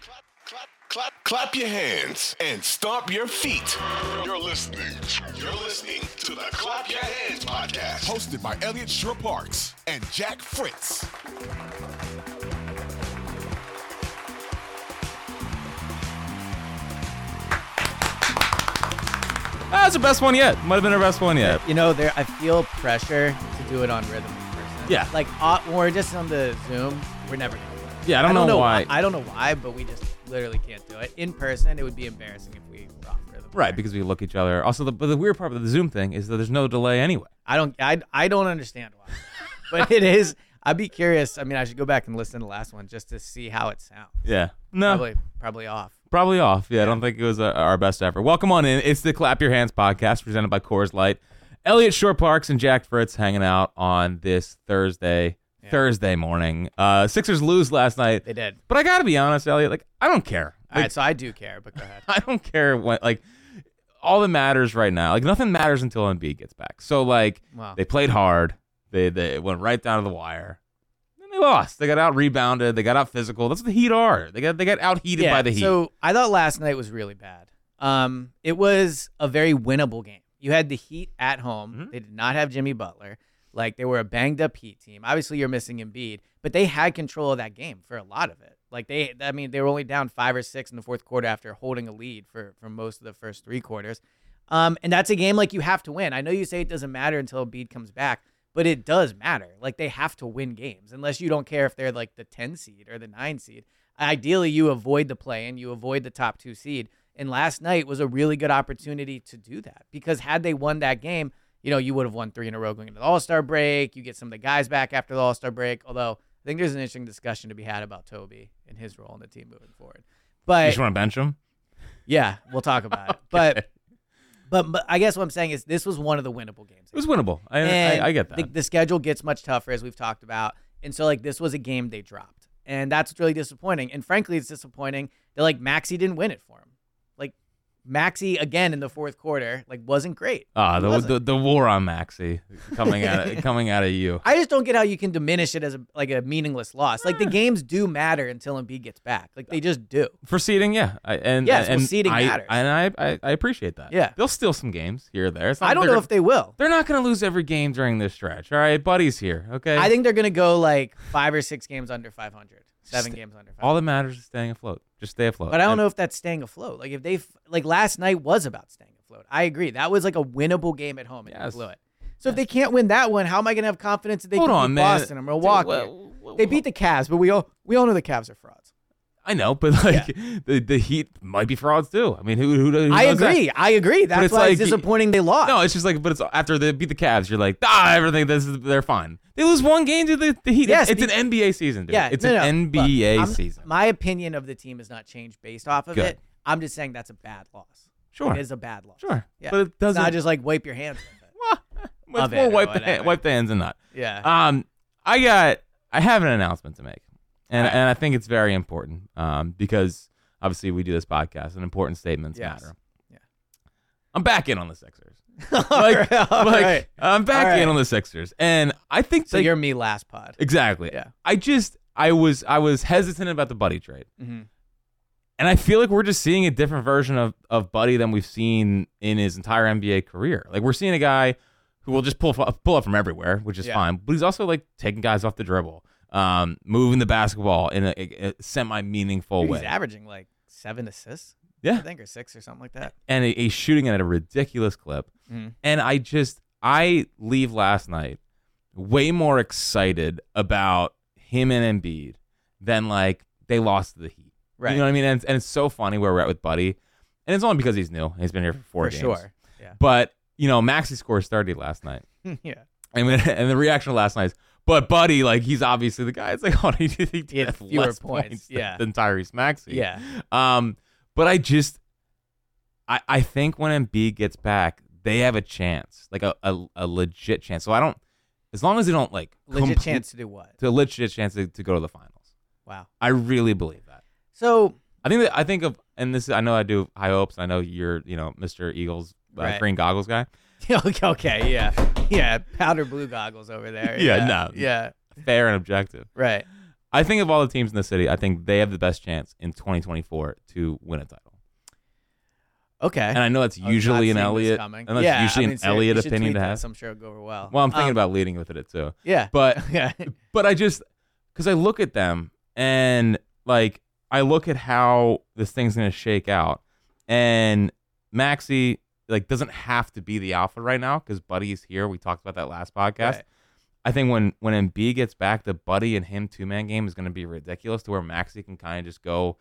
Clap, clap, clap, clap your hands and stomp your feet. You're listening. You're listening to the Clap Your Hands podcast, hosted by Elliot Shore Parks and Jack Fritz. That was Ah, the best one yet. Might have been our best one yet. You know, there I feel pressure to do it on rhythm in person. Yeah. Like uh, when we're just on the Zoom, we're never gonna do it. Yeah, I don't know why. I don't know why, but we just literally can't do it. In person, it would be embarrassing if we were off rhythm. Right, because we look each other. Also, the, but the weird part of the Zoom thing is that there's no delay anyway. I don't I, I don't understand why. but it is I'd be curious. I mean, I should go back and listen to the last one just to see how it sounds. Yeah. No. Probably, Probably probably off. off. Yeah, I don't think it was uh, our best effort. Welcome on in. It's the Clap Your Hands podcast presented by Coors Light. Elliot Shore Parks and Jack Fritz hanging out on this Thursday, Thursday morning. Uh, Sixers lose last night. They did. But I got to be honest, Elliot, like, I don't care. All Like, right, so I do care, but go ahead. I don't care what like all that matters right now. Like nothing matters until Embiid gets back. So like Wow. they played hard. They they went right down to the wire. And they lost. They got out rebounded. They got out physical. That's what the Heat are. They got they got out heated by the Heat. So I thought last night was really bad. Um, it was a very winnable game. You had the Heat at home. Mm-hmm. They did not have Jimmy Butler. Like they were a banged up Heat team. Obviously, you're missing Embiid, but they had control of that game for a lot of it. Like they, I mean, they were only down five or six in the fourth quarter after holding a lead for for most of the first three quarters. Um, and that's a game like you have to win. I know you say it doesn't matter until Embiid comes back, but it does matter. Like they have to win games, unless you don't care if they're like the 10 seed or the 9 seed. Ideally, you avoid the play and you avoid the top two seed. And last night was a really good opportunity to do that because had they won that game, you know, you would have won three in a row going into the All Star break. You get some of the guys back after the All Star break. Although I think there's an interesting discussion to be had about Toby and his role in the team moving forward. you But just want to bench him? yeah, we'll talk about it. But, but but I guess what I'm saying is this was one of the winnable games. It was winnable. I I, And I get that. The, the schedule gets much tougher as we've talked about, and so like this was a game they dropped, and that's what's really disappointing. And frankly, it's disappointing that like Maxi didn't win it for him. Like Maxi again in the fourth quarter, like wasn't great. Ah, He the, wasn't. the the war on Maxi coming out of, coming out of you. I just don't get how you can diminish it as a, like a meaningless loss. Eh. Like the games do matter until Embiid gets back. Like they just do. For seeding, yeah, I, and Yes, well, and seeding I, matters. and I, I I appreciate that. Yeah. they'll steal some games here or there. It's not I that don't they're know if they will. They're not going to lose every game during this stretch. All right, buddy's here. Okay. I think they're gonna go like five or six games under 500, seven Just- games under 500. all that matters is staying afloat. Just stay afloat. But I don't know if that's staying afloat. Like if they f- like last night was about staying afloat. I agree. That was like a winnable game at home and they Yes. blew it. So if they can't win that one, how am I gonna have confidence that they Hold can on, beat man. Boston or Milwaukee? Dude, well, well, they beat the Cavs, but we all we all know the Cavs are frauds. I know, but like the, the Heat might be frauds too. I mean, who who, who I knows that? agree. I agree. That's it's why it's like- disappointing they lost. No, it's just like, but it's after they beat the Cavs, you're like, ah, everything. This is they're fine. They lose one game to the, the Heat. Yes, it's, be- an NBA season, dude. yeah, it's no, no. an Look, NBA I'm- season. My opinion of the team has not changed based off of Good. it. I'm just saying that's a bad loss. Sure. It is a bad loss. Sure. Yeah. But it It's doesn't- not just like wipe your hands. with it. Let's of it more or wipe the, whatever. hand, wipe the hands and not. Yeah. Um, I got I have an announcement to make, and and I think it's very important. Um, because obviously we do this podcast, and important statements Yes. matter. Yeah. I'm back in on the Sixers. All Like, right, all like, uh, right. I'm back All right. in on the Sixers, and I think So they- you're me last pod. exactly. Yeah. I just I was I was hesitant about the Buddy trade, Mhm. and I feel like we're just seeing a different version of of Buddy than we've seen in his entire NBA career. Like we're seeing a guy who will just pull fu- pull up from everywhere, which is Yeah. fine, but he's also like taking guys off the dribble. um, moving the basketball in a, a semi meaningful He's way. averaging like seven assists, I Yeah, think, or six or something like that. and he- he's shooting at a ridiculous clip. Mhm. And I just I leave last night way more excited about him and Embiid than like they lost to the Heat. Right. You know what I mean? And, it's- and it's so funny where we're at with Buddy, and it's only because he's new. He's been here for four For games. sure. Yeah. But you know, Maxi scores thirty last night. yeah. And then, and the reaction last night is, but Buddy, like he's obviously the guy. It's like, oh, he did he He had had fewer less points, than- yeah. than Tyrese Maxey. Yeah. Um, but I just, I I think when Embiid gets back, they have a chance, like a a, a legit chance. So I don't, as long as they don't like Legit complete- chance to do what? to legit chance to, to go to the finals. Wow. I really believe that. So I think that I think of, and this I know I do high hopes. I know you're, you know, Mr. Eagles, uh, Right. green goggles guy. okay, okay, yeah, yeah, powder blue goggles over there. Yeah, no. yeah, Fair and objective. right. I think of all the teams in the city, I think they have the best chance in 2024 to win a title. Okay. And I know that's I was Eh. Oh, not usually an seeing this Elliot, coming. and that's yeah, usually I mean, an seriously, Elliot you should opinion tweet to that, have. so I'm sure it'll go over well. Well, I'm thinking Um, about leading with it too. yeah, But yeah, but I just because I look at them and like I look at how this thing's gonna shake out, and Maxi like doesn't have to be the alpha right now because Buddy's here. We talked about that last podcast. Right. I think when when Embiid gets back, the Buddy and him two man game is gonna be ridiculous to where Maxi can kind of just go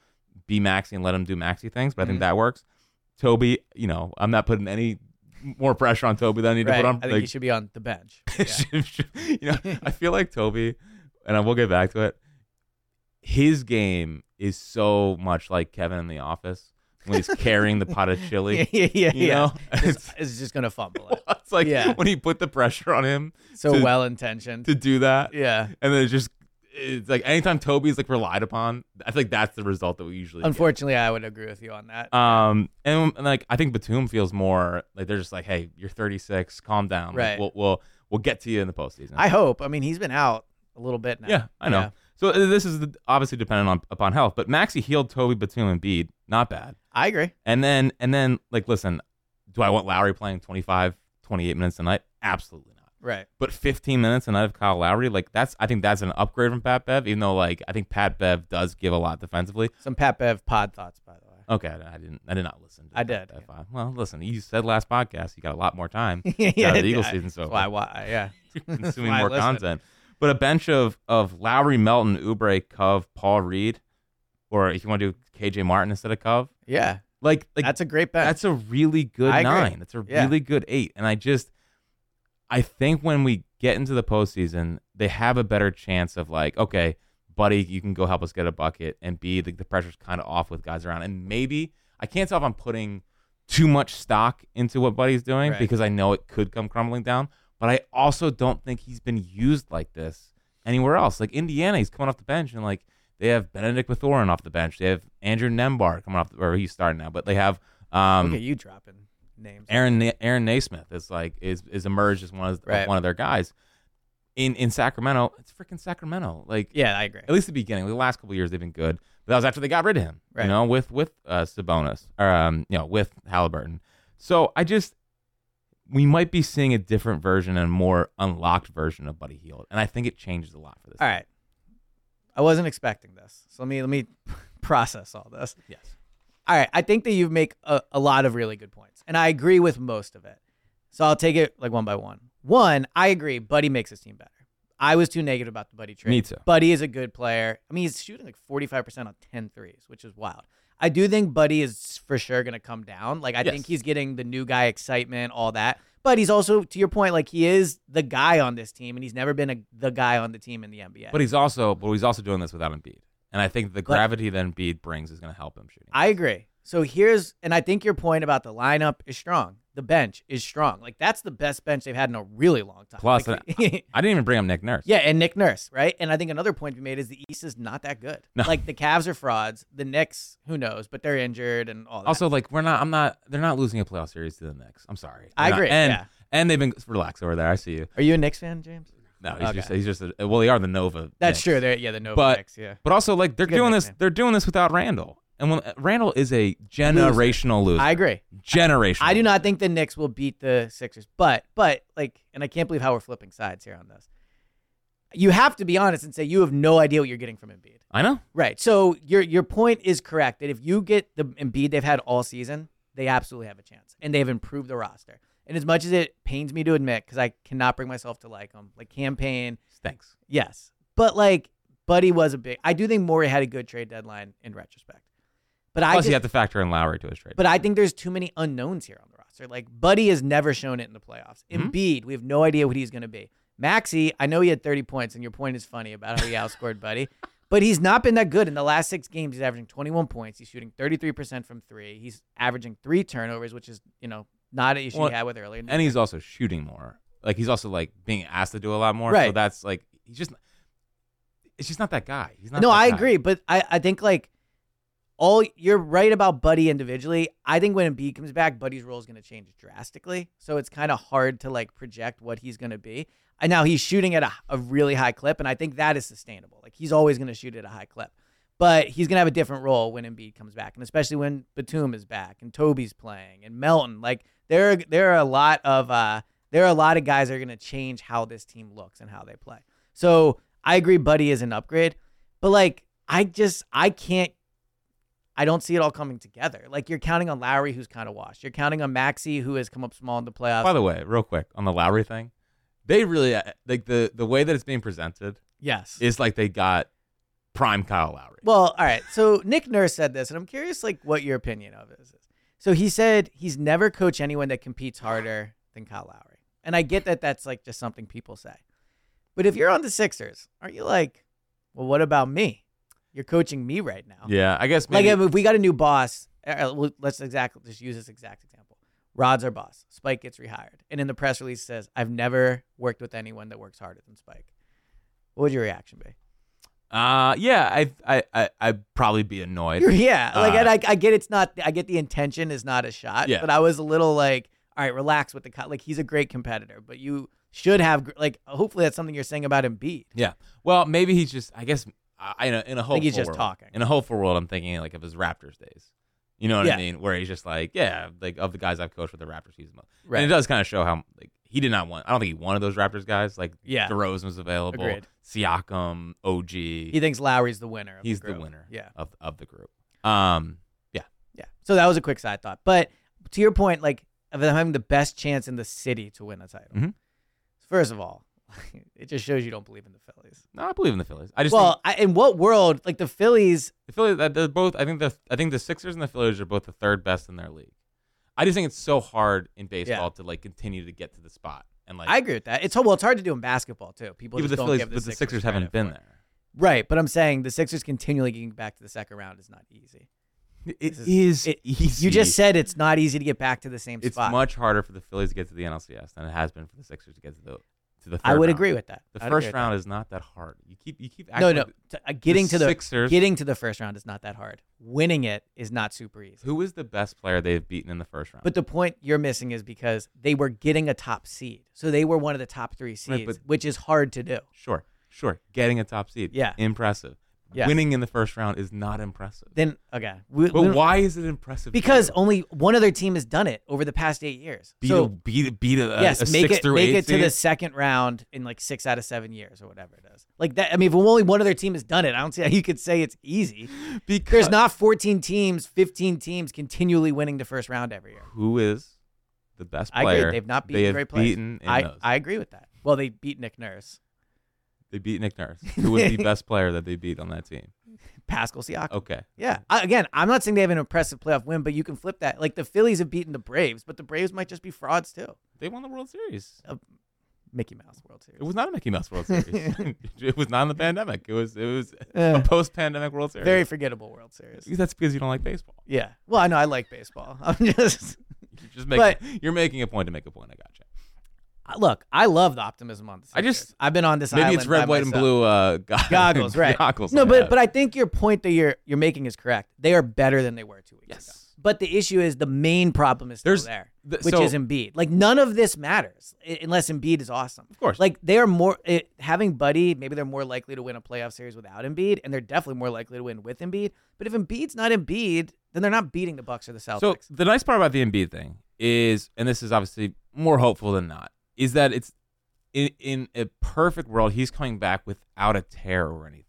be Maxi and let him do Maxi things. But I think Mhm. that works. Toby, you know, I'm not putting any more pressure on Toby than I need to right. put I on. think like, he should be on the bench. Yeah. you know, I feel like Toby, and I will get back to it. His game is so much like Kevin in The Office when he's carrying the pot of yeah, chili. yeah, yeah. You yeah. know, Just- it's just gonna fumble it. it's like Yeah. when he put the pressure on him So To- well intentioned. to do that, Yeah. and then it's just it's like anytime Toby's like relied upon, I think that's the result that we usually. get. Unfortunately, I would agree with you on that. Um, and, and, like I think Batum feels more like they're just like, hey, you're 36, calm down. Like, Right. we'll we'll we'll get to you in the postseason. I hope. I mean, he's been out a little bit now. Yeah, I know. So uh, this is the, obviously dependent on upon health, but Maxi healed Toby Batum and Bede, not bad. I agree. And then and then like listen, do I want Lowry playing 25, 28 minutes a night? Absolutely not. Right. But 15 minutes a night of Kyle Lowry, like that's I think that's an upgrade from Pat Bev, even though like I think Pat Bev does give a lot defensively. Some Pat Bev pod thoughts, by the way. Okay, I I didn't I did not listen. To I Pat did, Bev. Well, listen, you said last podcast you got a lot more time. yeah, now that the Eagles I- season's that's over. Why? Why? Yeah. consuming why I more listen. content. But a bench of of Lowry, Melton, Oubre, Cove, Paul Reed, or if you want to do KJ Martin instead of Cove, Yeah. like like that's a great bet. that's a really good I agree. nine. That's a Yeah. really good eight. And I just I think when we get into the postseason, they have a better chance of like, okay, buddy, you can go help us get a bucket and B, the, the pressure's kind of off with guys around. And maybe I can't tell if I'm putting too much stock into what Buddy's doing Right. because I know it could come crumbling down. But I also don't think he's been used like this anywhere else. Like Indiana, he's coming off the bench and like they have Benedict Mathurin off the bench. They have Andrew Nembar coming off the or he's starting now, but they have um Look at you dropping names. Aaron Na- Aaron Naismith is like is is emerged as one of Right. one of their guys. In in Sacramento, it's freaking Sacramento. Like Yeah, I agree. at least the beginning, the last couple of years they've been good. But that was after they got rid of him, Right. you know, with with uh, Sabonis or um, you know, with Halliburton. So I just we might be seeing a different version and more unlocked version of Buddy Heald, and I think it changes a lot for this. All right. I wasn't expecting this. So let me let me process all this. Yes. All right. I think that you make a, a lot of really good points. And I agree with most of it. So I'll take it like one by one. One, I agree, Buddy makes his team better. I was too negative about the Buddy trade. Me too. Buddy is a good player. I mean, he's shooting like 45% on 10 threes, which is wild. I do think Buddy is for sure going to come down. Like, I Yes. think he's getting the new guy excitement, all that. But he's also, to your point, like he is the guy on this team, and he's never been a, the guy on the team in the NBA. But he's also but he's also doing this without Embiid, and I think the But- gravity that Embiid brings is going to help him shooting. I agree. So here's, and I think your point about the lineup is strong. The bench is strong. Like that's the best bench they've had in a really long time. Plus, uh, Like, I didn't even bring up Nick Nurse. yeah, and Nick Nurse, right? And I think another point we made is the East is not that good. No. Like the Cavs are frauds. The Knicks, who knows? But they're injured and all that. Also, like we're not. I'm not. They're not losing a playoff series to the Knicks. I'm sorry. I They're not- agree, and yeah. and they've been relax over there. I see you. are you a Knicks fan, James? No, he's Okay. just he's just a, well, they are the Nova. That's Knicks. true. They're, yeah, the Nova But- Knicks. Yeah, But also, like they're Good doing this. nickname. They're doing this without Randall. And when Randall is a generational loser, I agree. generational. I do not think the Knicks will beat the Sixers, but but like, and I can't believe how we're flipping sides here on this. you have to be honest and say you have no idea what you're getting from Embiid. I know. Right. So your your point is correct that if you get the Embiid they've had all season, they absolutely have a chance, and they have improved the roster. And as much as it pains me to admit, because I cannot bring myself to like him, like campaign, Thanks. yes, but like Buddy was a big. I do think Morey had a good trade deadline in retrospect, but I Plus, just, you have to factor in Lowry to his trade. but I think there's too many unknowns here on the roster. Like Buddy has never shown it in the playoffs. Mm-hmm. Embiid, we have no idea what he's going to be. Maxi, I know he had 30 points, and your point is funny about how he outscored Buddy, but he's not been that good in the last six games. He's averaging 21 points. He's shooting 33% from three. He's averagaging three turnovers, which is you know not an issue Well, he had with earlier. in the and he's also shooting more. Like he's also like being asked to do a lot more. So Right. that's like he's just it's just not that guy. He's not no, that I guy. agree, but I, I think like all you're right about Buddy individually. I think when Embiid comes back, Buddy's role is going to change drastically. So it's kind of hard to like project what he's going to be. And now he's shooting at a, a really high clip, and I think that is sustainable. Like he's always going to shoot at a high clip, but he's going to have a different role when Embiid comes back, and especially when Batum is back and Toby's playing and Melton. Like there, there are a lot of uh, there are a lot of guys that are going to change how this team looks and how they play. So I agree, Buddy is an upgrade. But like, I just I can't. I don't see it all coming together. Like you're counting on Lowry, who's kind of washed. You're counting on Maxi, who has come up small in the playoffs. By the way, real quick on the Lowry thing, they really uh, like the the way that it's being presented yes. is like they got prime Kyle Lowry. well, all right. So Nick Nurse said this, and I'm curious, like, what your opinion of this is. So he said he's never coached anyone that competes harder than Kyle Lowry, and I get that that's like just something people say. But if you're on the Sixers, aren't you like, well, what about me? You're coaching me right now. yeah, I guess Like maybe. if if we got a new boss, uh, well, let's exactly just use this exact example. Rod's our boss. Spike gets rehired, and in the press release says, "I've never worked with anyone that works harder than Spike." What would your reaction be? uh, yeah, I I I I'd probably be annoyed. yeah, like uh, and I, I get it's not. I get the intention is not a shot. Yeah. but I was a little like, all right, relax with the cut. Like he's a great competitor, but you should have gr- like. Hopefully, that's something you're saying about Embiid. Yeah. Well, maybe he's just. I guess I in a, in a hopeful. he's just world, talking. In a hopeful world, I'm thinking like of his Raptors days. You know what I Yeah. mean? Where he's just like, yeah, like of the guys I've coached with the Raptors, he's the most. Right. And it does kind of show how like he did not want. I don't think he wanted those Raptors guys. Like Yeah. DeRozan was available. Agreed. Siakam, OG. He thinks Lowry's the winner. Of he's the, group. winner. Yeah. Of of the group. Um. Yeah. So that was a quick side thought. But to your point, like of them having the best chance in the city to win a title. Mhm. First of all, it just shows you don't believe in the Phillies. No, I believe in the Phillies. I just think Well, I, in what world, like the Phillies? The Phillies, that- they're both. I think the I think the Sixers and the Phillies are both the third best in their league. I just think it's so hard in baseball Yeah. to like continue to get to the spot and like. I agree with that. It's well, it's hard to do in basketball too. People yeah, but just the don't Phillies, give the but the Sixers credit haven't been for it. there. Right, but I'm saying the Sixers continually getting back to the second round is not easy. It This is it- easy. You just said it's not easy to get back to the same it's spot. much harder for the Phillies to get to the NLCS than it has been for the Sixers to get to the to the. Third I would round. agree with that. The I'd agree first with round is not that hard. You keep you keep that. acting No, no. like- t- uh, getting to the Sixers- getting to the first round is not that hard. Winning it is not super easy. Who is the best player they've beaten in the first round? But the point you're missing is because they were getting a top seed. So they were one of the top three seeds, Right, but- which is hard to do. sure, sure, getting a top seed, Yeah. impressive. Yes. Winning in the first round is not impressive. Then, okay. we- we But don't- why is it impressive? to Because you? only one other team has done it over the past eight years. beat a, so, beat a, beat a, a- yes, uh, a make six it, through make eight it to the seed? second round in like six out of seven years or whatever it is. Like that, I mean, if only one other team has done it, I don't see how you could say it's easy. because There's not 14 teams, 15 teams continually winning the first round every year. who is the best I player? agree. They've not beaten they have great players. beaten in I, those. I agree with that. Well, they beat Nick Nurse, they beat Nick Nurse, who was the best player that they beat on that team. Pascal Siakam. Okay, Yeah. I, again, I'm not saying they have an impressive playoff win, but you can flip that. Like the Phillies have beaten the Braves, but the Braves might just be frauds too. they won the World Series. Uh, Mickey Mouse World Series. It was not a Mickey Mouse World Series. it was not in the pandemic. It was it was Eh. a post-pandemic World Series. Very forgettable World Series. Because that's because you don't like baseball. Yeah. Well, I know I like baseball. I'm just You're just making you're making a point to make a point. I gotcha. look. I love the optimism on this. I just- I've been on this. Maybe it's island red, by white, and myself. blue uh, go- goggles, right? goggles. No, I but have. but I think your point that you're you're making is correct. They are better than they were two weeks ago. Yes. But the issue is the main problem is still There's- there, th- which so- is Embiid. Like none of this matters i- unless Embiid is awesome. Of course. Like they are more it, having Buddy. Maybe they're more likely to win a playoff series without Embiid, and they're definitely more likely to win with Embiid. But if Embiid's not Embiid, then they're not beating the Bucks or the Celtics. So the nice part about the Embiid thing is, and this is obviously more hopeful than not, is that it's in, in a perfect world, he's coming back without a tear or anything.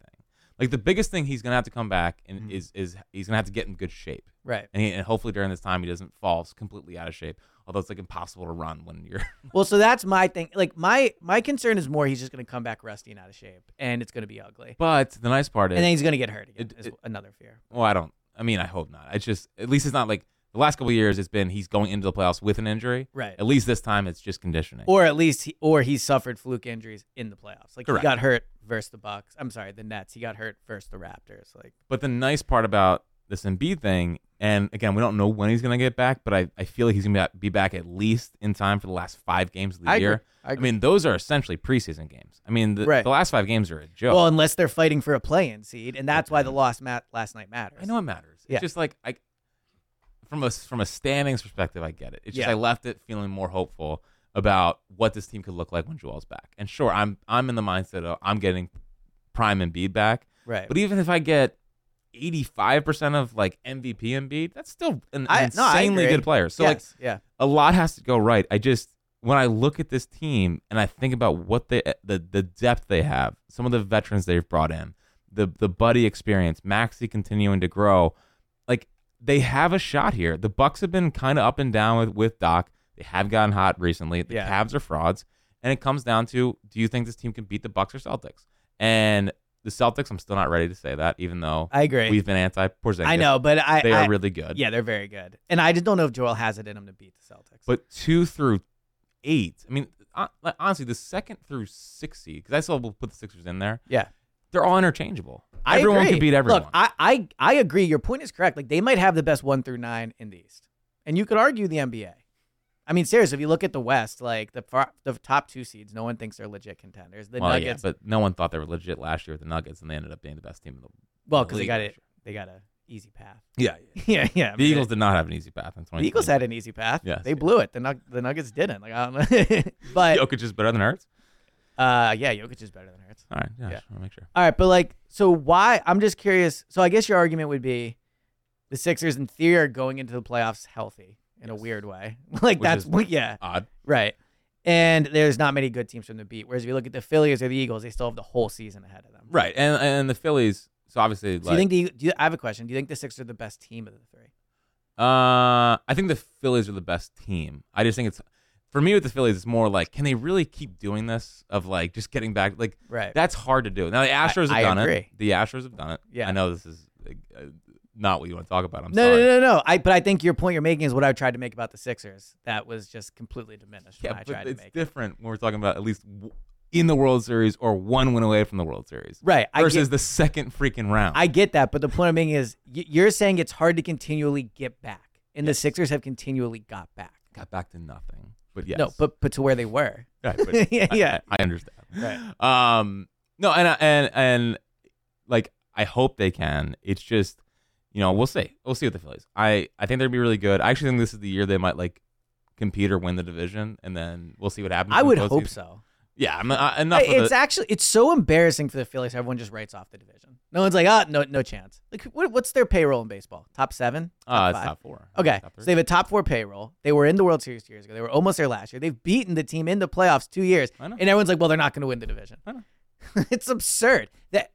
Like the biggest thing he's gonna have to come back and Mhm. is is he's gonna have to get in good shape, Right. and, he, and hopefully during this time he doesn't fall completely out of shape. Although it's like impossible to run when you're Well, so that's my thing. Like my my concern is more he's just going to come back rusty and out of shape, and it's going to be ugly, But the nice part is, and then he's going to get hurt again. it- is it- another fear. well, I don't. I mean, I hope not. It's just at least it's not like the last couple of years. It's been he's going into the playoffs with an injury. Right. At least this time it's just conditioning. Or at least he, or he suffered fluke injuries in the playoffs. Like Correct. he got hurt versus the Bucks. I'm sorry, the Nets. He got hurt versus the Raptors. Like but the nice part about this Embiid thing, and again, we don't know when he's gonna get back, but I, I feel like he's gonna be- be back at least in time for the last five games of the I agree. year. I agree. mean, those are essentially preseason games. I mean, the, Right. the last five games are a joke. Well, unless they're fighting for a play-in seed, and that's why the loss mat last night matters. I know it matters. It's Yeah. just like I from a from a standings perspective, I get it. It's just Yeah. I left it feeling more hopeful about what this team could look like when Joel's back. And sure, I'm I'm in the mindset of I'm getting prime Embiid back. Right. But even if I get 85% of like MVP Embiid, that's still an I- no, I insanely agree. good player. So like Yes, yeah. a lot has to go right. I just when I look at this team and I think about what they the the depth they have, some of the veterans they've brought in, the the buddy experience, Maxi continuing to grow, like they have a shot here. The Bucks have been kind of up and down with with Doc. They have gotten hot recently. The Yeah. Cavs are frauds, and it comes down to do you think this team can beat the Bucks or Celtics? And the Celtics, I'm still not ready to say that, even though I agree. we've been anti Porzingis. I know, but I they are I- really good. yeah, they're very good, and I just don't know if Joel has it in him to beat the Celtics. But two through eight, I mean, hon- like, honestly, the second through 60, because I still will put the Sixers in there, yeah. they're all interchangeable. I everyone agree. can beat everyone. Look, I, I I agree. Your point is correct. Like they might have the best one through nine in the East, and you could argue the NBA. I mean, seriously, if you look at the West, like the far, the top two seeds, no one thinks they're legit contenders. The well, Nuggets, yeah, but no one thought they were legit last year with the Nuggets, and they ended up being the best team in the world. well, because they League got it, they got a easy path. Yeah. yeah, yeah. The Eagles did not have an easy path in 2020. The Eagles had an easy path. Yes, they yeah. blew it. The, Nug- the Nuggets didn't. Like I don't know. but Jokic is better than Hurts. uh, yeah, Jokic is better than Hurts. All right. Yeah. Yeah. I want to make sure. All right, but like, so why? I'm just curious. So I guess your argument would be the Sixers, in theory, are going into the playoffs healthy in a weird way. Which Like that's is- what, yeah, Odd. right. And there's not many good teams from the beat. Whereas if you look at the Phillies or the Eagles, they still have the whole season ahead of them. Right. And and the Phillies, so obviously, Do like, you think the? Do you, I have a question. Do you think the Sixers are the best team of the three? Uh, I think the Phillies are the best team. I just think it's for me with the Phillies, it's more like can they really keep doing this of like just getting back like Right. that's hard to do. Now the Astros I have done it. agree. The Astros have done it. Yeah. I know this is uh, not what you want to talk about. I'm No, sorry. no, no, no. I but I think your point you're making is what I tried to make about the Sixers. That was just completely diminished Yeah, when I but tried to it's make. it. different when we're talking about at least w- in the World Series or one win away from the World Series. Right, I get- Versus the second freaking round. I get that, but the point I'm making is y- you're saying it's hard to continually get back, and the Sixers have continually got back. got back to nothing. But yes. No, but but to where they were. Right, but Yeah, I, yeah. I, I understand. Right. Um, no, and I- and and like I hope they can. It's just, you know, we'll see. We'll see what the Phillies. I I think they're gonna be really good. I actually think this is the year they might like compete or win the division, and then we'll see what happens. I in the would hope postseason. so. Yeah, I'm I, I- enough. of It's the, actually it's so embarrassing for the Phillies. Everyone just writes off the division. No one's like, ah, no, no chance. Like, what, what's their payroll in baseball? Top seven? uh, it's five? top four. Okay, Top so three. they have a top four payroll. They were in the World Series two years ago. They were almost there last year. They've beaten the team in the playoffs two years, I know. and everyone's like, "Well, they're not going to win the division." I know. it's absurd that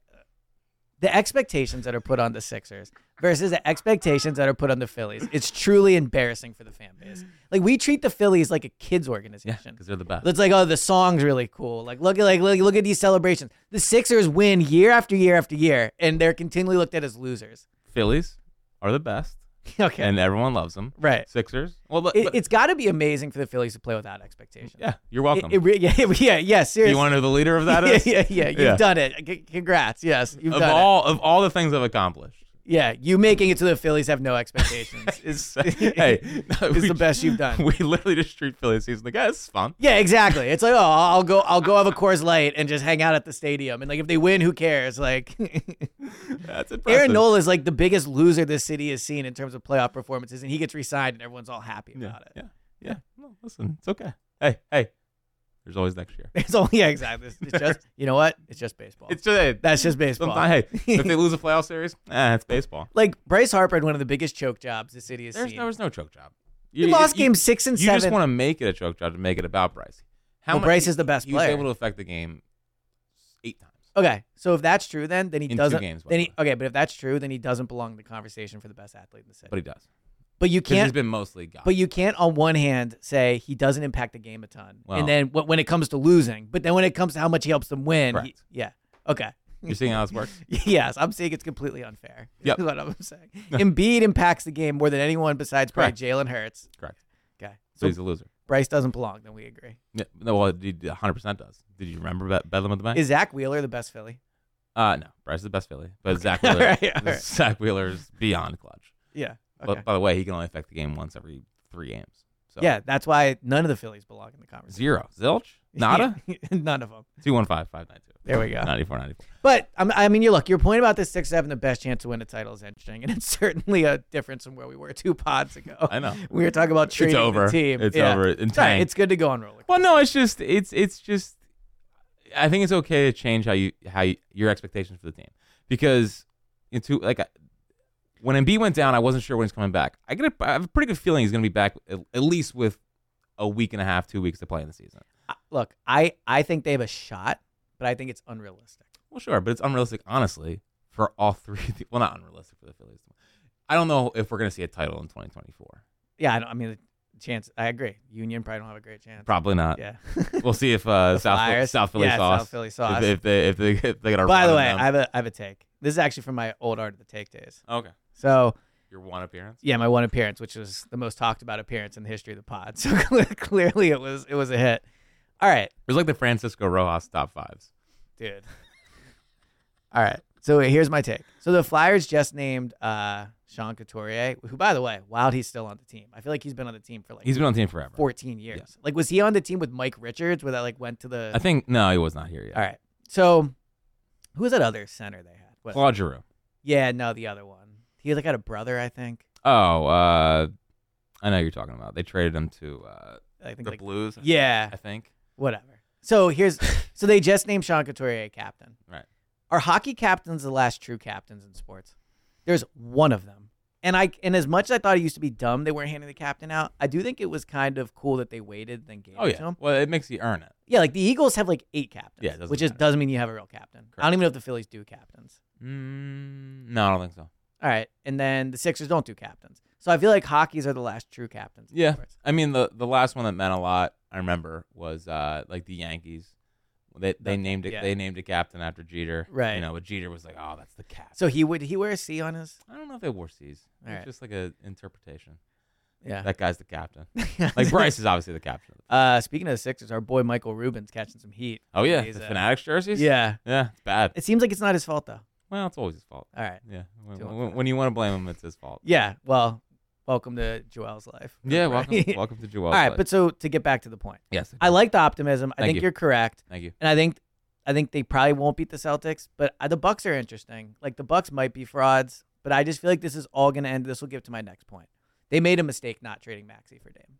the expectations that are put on the Sixers versus the expectations that are put on the Phillies. It's truly embarrassing for the fan base. Like we treat the Phillies like a kids yeah, organization. because they're the best. It's like, oh, the song's really cool. Like, look at like look, look at these celebrations. The Sixers win year after year after year, and they're continually looked at as losers. Phillies are the best, okay, and everyone loves them. Right. Sixers. Well, look, it, look- it's got to be amazing for the Phillies to play without expectations. yeah, you're It- welcome. it re- yeah, yeah, yeah. Seriously. you want to know the leader of that is? yeah, yeah, yeah. You've Yeah. done it. C- congrats. Yes, you've Of done all of all the things I've accomplished. it. Yeah, you making it to the Phillies have no expectations is hey, no, is we- the best you've done. We literally just treat Philly season like, yeah, it's fun. yeah, exactly. It's like, oh, I'll go, I'll go have a Coors Light and just hang out at the stadium. And like, if they win, who cares? Like, That's impressive. Aaron Nola is like the biggest loser this city has seen in terms of playoff performances, and he gets re-signed, and everyone's all happy yeah, about it. yeah, yeah. No, listen, it's okay. Hey, hey, there's always next year. It's all yeah, exactly. It's, it's just you know what? It's just baseball. It's just hey, That's just baseball. sometime, hey, if they lose a playoff series, eh, it's baseball. like Bryce Harper had one of the biggest choke jobs the city has There's seen. there was no choke job. He lost game six and you just seven. want to make it a choke job to make it about Bryce. How Well, mu- Bryce is the best he player. He was able to affect the game eight times. Okay, so if that's true, then then he In two doesn't. games, by then the he, okay, but if that's true, then he doesn't belong in the conversation for the best athlete in the city. But he does. But you Because can't. he's been mostly God. but you can't on one hand say he doesn't impact the game a ton, Well- and then wh- when it comes to losing, but then when it comes to how much he helps them win, he- Correct. yeah, okay. You're seeing how this works? Yes, I'm saying it's completely unfair. Yeah, Yep. Is what I'm saying. Embiid impacts the game more than anyone besides probably Correct. Jalen Hurts. Correct. Okay. So So he's a loser. Bryce doesn't belong, then we agree. Yeah, No, well, he 100% does. Did you remember Be- Bedlam at the Bank? Is Zach Wheeler the best Philly? uh, no, Bryce is the best Philly. But Zach Wheeler, Alright, alright. Zach Wheeler's beyond clutch. Yeah. But Okay. by the way, he can only affect the game once every three games. So Yeah, that's why none of the Phillies belong in the conversation. Zero. Zilch? Nada? none of them. 215 592. There we go. 94 94. But I'm, I mean, you look. Your point about this six having the best chance to win a title is interesting, and it's certainly a difference from where we were two pods ago. I know. We were talking about trading over. the team. It's Yeah. over. And It's all right. tank. It's good to go on roller. Well, no, it's just it's it's just I think it's okay to change how you how you, your expectations for the team because into like I- when Embiid went down, I wasn't sure when he's coming back. I get a, I have a pretty good feeling he's going to be back at, at least with a week and a half, two weeks to play in the season. I- Look, I I think they have a shot, but I think it's unrealistic. Well, sure, but it's unrealistic, honestly, for all three. of the- well, not unrealistic for the Phillies. I don't know if we're going to see a title in 2024. Yeah, I, don't, I mean, the chance. I agree. Union probably don't have a great chance. Probably not. Yeah. We'll see if uh, The South Flyers? South Philly Yeah, sauce. South Philly sauce. If, if they if they if they got a run By the on way, them. I have a I have a take. This is actually from my old art of the take days. okay, So your one appearance. yeah, my one appearance, which was the most talked about appearance in the history of the pod. So clearly, it was it was a hit. All right. It was like the Francisco Rojas top fives. dude. All right. So wait, here's my take. So the Flyers just named uh, Sean Couturier, who, by the way, wild he's still on the team. I feel like he's been on the team for like He's been on the team forever. 14 years. Like, was he on the team with Mike Richards, where that like went to the? I think no, he was not here yet. All right. So who was that other center they had? What- Claude Giroux. Yeah, no, the other one. He like had a brother, I think. Oh, uh, I know who you're talking about. They traded him to uh, I think the like, Blues. Yeah, I think. whatever. So here's, so they just named Sean Couturier captain. Right. are hockey captains the last true captains in sports? There's one of them. And I and as much as I thought it used to be dumb they weren't handing the captain out, I do think it was kind of cool that they waited and then gave Oh it to yeah. him. Well, it makes you earn it. Yeah, like the Eagles have like eight captains, Yeah, it doesn't which just matter. doesn't mean you have a real captain. I Correct. don't even know if the Phillies do captains. Mm, no, I don't think so. All right, and then the Sixers don't do captains. So I feel like hockeys are the last true captains. in Yeah. sports. I mean, the the last one that meant a lot I remember was uh, like the Yankees. They they Okay, named it yeah. they named a captain after Jeter. Right. You know, but Jeter was like, oh, that's the cap. So he would he wear a C on his? I don't know if they wore C's. It's All right. just like a interpretation. Yeah. That guy's the captain. like Bryce is obviously the captain. Uh, speaking of the Sixers, our boy Michael Rubin's catching some heat. Oh yeah, He's, the uh, Fanatics jerseys. Yeah. yeah, it's bad. It seems like it's Uh, not his fault though. Well, it's always his fault. All right. Yeah, when, Do you want when, when you want to blame him, it's his fault. Yeah. Well, welcome to Joel's life. Yeah, Right. welcome, welcome to Joel's All right, life. but so to get back to the point, yes, I like the optimism. I Thank think you. you. are correct, Thank you. and I think I think they probably won't beat the Celtics, but uh, the Bucks are interesting. Like the Bucks might be frauds, but I just feel like this is all going to end. This will give to my next point. They made a mistake not trading Maxi for Dame.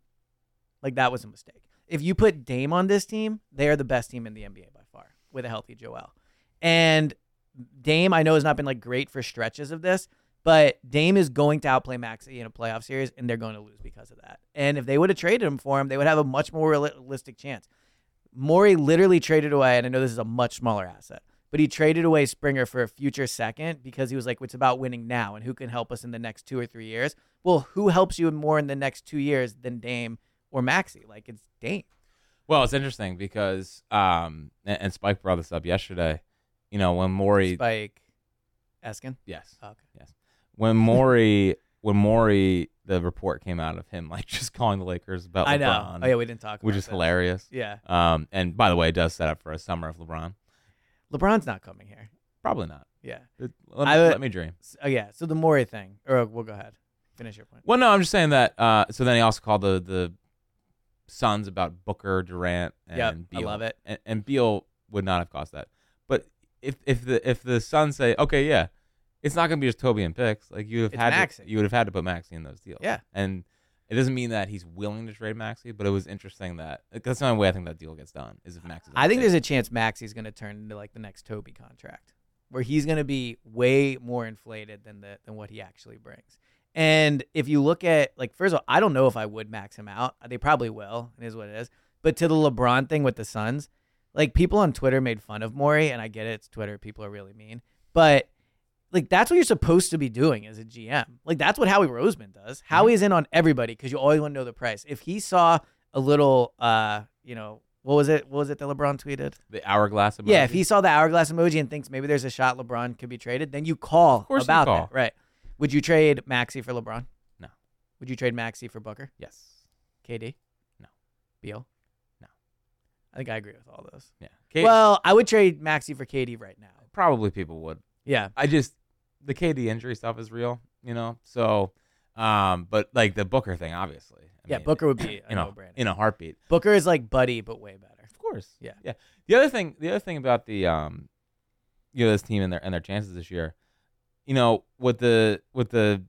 Like that was a mistake. If you put Dame on this team, they are the best team in the NBA by far with a healthy Joel. And Dame, I know has not been like great for stretches of this, but Dame is going to outplay Maxi in a playoff series, and they're going to lose because of that. And if they would have traded him for him, they would have a much more realistic chance. Morey literally traded away, and I know this is a much smaller asset, but he traded away Springer for a future second because he was like, "It's about winning now, and who can help us in the next two or three years?" Well, who helps you more in the next two years than Dame or Maxi? Like it's Dame. Well, it's interesting because um, and, and Spike brought this up yesterday. You know, when Maury, Spike, Uh. Eskin. yes, Okay. yes, when Maury, when Maury, the report came out of him like just calling the Lakers about I know. LeBron, Oh yeah, we didn't talk. which about is that. hilarious. Yeah, Um, and by the way, it does set up for a summer of LeBron. LeBron's not coming here. Probably not. Yeah. It- Let me, I would- let me dream. S- Oh yeah. So the Maury thing, or uh, we'll go ahead. Finish your point. Well, no, I'm just saying that. Uh, so then he also called the the Suns about Booker, Durant, and Yep, I Beal. love it. And, and Beal would not have cost that. But if if the if the Suns say, okay, yeah, it's not going to be just Toby and picks. Like you would It's have had Maxey. to, you would have had to put Maxi in those deals. Yeah. and it doesn't mean that he's willing to trade Maxi, but it was interesting that like, that's the only way I think that deal gets done is if Maxi. I think there's a chance Maxi's going to turn into like the next Toby contract, where he's going to be way more inflated than the than what he actually brings. And if you look at like first of all, I don't know if I would max him out. They probably will. It is what it is. But to the LeBron thing with the Suns, like people on Twitter made fun of Maury, and I get it. It's Twitter. People are really mean. But like that's what you're supposed to be doing as a GM. Like that's what Howie Roseman does. Mm-hmm. Howie's in on everybody because you always want to know the price. If he saw a little, uh, you know, what was it? What was it that LeBron tweeted? The hourglass emoji. Yeah, if he saw the hourglass emoji and thinks maybe there's a shot LeBron could be traded, then you call course you about call. that, right? Would you trade Maxi for LeBron? No. Would you trade Maxi for Booker? Yes. KD? No. Beal? No. I think I agree with all those. Yeah. K- well, I would trade Maxi for KD right now. probably people would. Yeah. I just the KD injury stuff is real, you know. So, um, but like the Booker thing, obviously. I Yeah, mean, Booker would be a in a no-brainer. in a heartbeat. Booker is like Buddy, but way better. Of course. Yeah. Yeah. The other thing, the other thing about the um, you know, this team and their and their chances this year, you know, with the with the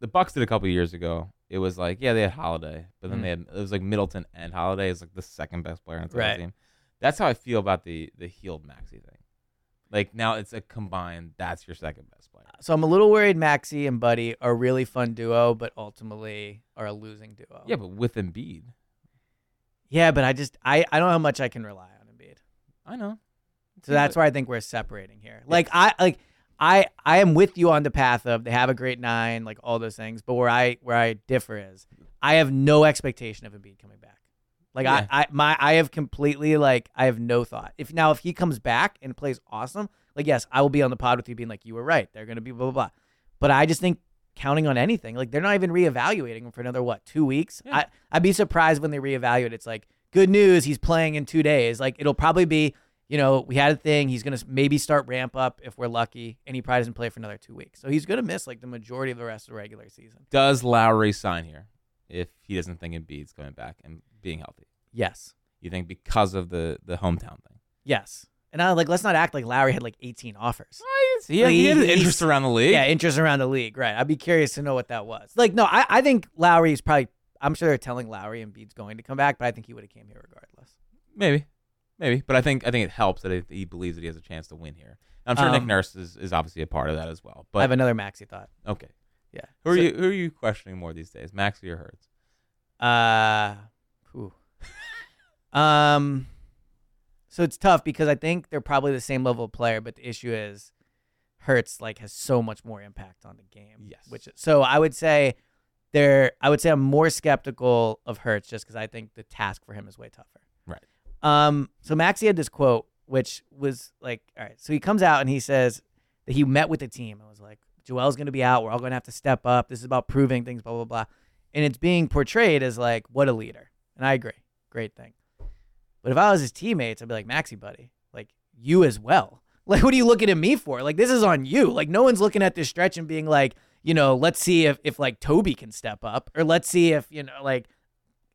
the Bucks did a couple years ago. It was like, yeah, they had Holiday, but then Mhm. they had it was like Middleton and Holiday is like the second best player on the Right. team. That's how I feel about the the healed Maxi thing. Like now it's a combined. That's your second best player. So I'm a little worried Maxi and Buddy are a really fun duo, but ultimately are a losing duo. Yeah, but with Embiid, Yeah, but I just I, I don't know how much I can rely on Embiid. I know. So that's where I think we're separating here. Like I like I I am with you on the path of they have a great nine, like all those things, but where I where I differ is I have no expectation of Embiid coming back. Like Yeah. I, I my I have completely like I have no thought. If now if he comes back and plays awesome, like yes, I will be on the pod with you being like you were right. They're gonna be blah blah blah. But I just think counting on anything, like they're not even reevaluating him for another what, two weeks? Yeah. I, I'd be surprised when they reevaluate. It's like, good news, he's playing in two days. Like it'll probably be, you know, we had a thing, he's gonna maybe start ramp up if we're lucky, and he probably doesn't play for another two weeks. So he's gonna miss like the majority of the rest of the regular season. Does Lowry sign here if he doesn't think Embiid's coming back and being healthy? Yes. You think because of the the hometown thing? Yes. And I like let's not act like Lowry had like 18 offers. He had, he had He's- interest around the league. Yeah, interest around the league. Right. I'd be curious to know what that was. Like, no, I, I think Lowry is probably I'm sure they're telling Lowry and Bede's going to come back, but I think he would have came here regardless. maybe, maybe. But I think I think it helps that he, he believes that he has a chance to win here. I'm sure Nick Um, Nurse is, is obviously a part of that as well. But I have another maxi thought. okay, Yeah. who are So- you who are you questioning more these days, Maxi or Hurts? Uh, whew. um, so it's tough because I think they're probably the same level of player, but the issue is Hertz like has so much more impact on the game. Yes. Which so I would say there I would say I'm more skeptical of Hertz just because I think the task for him is way tougher. Right. Um. So Maxi had this quote which was like, all right. So he comes out and he says that he met with the team and was like, Joel's going to be out. We're all going to have to step up. This is about proving things. Blah blah blah and it's being portrayed as like what a leader and i agree great thing but if i was his teammates i'd be like maxi buddy like you as well like what are you looking at me for like this is on you like no one's looking at this stretch and being like you know let's see if, if like toby can step up or let's see if you know like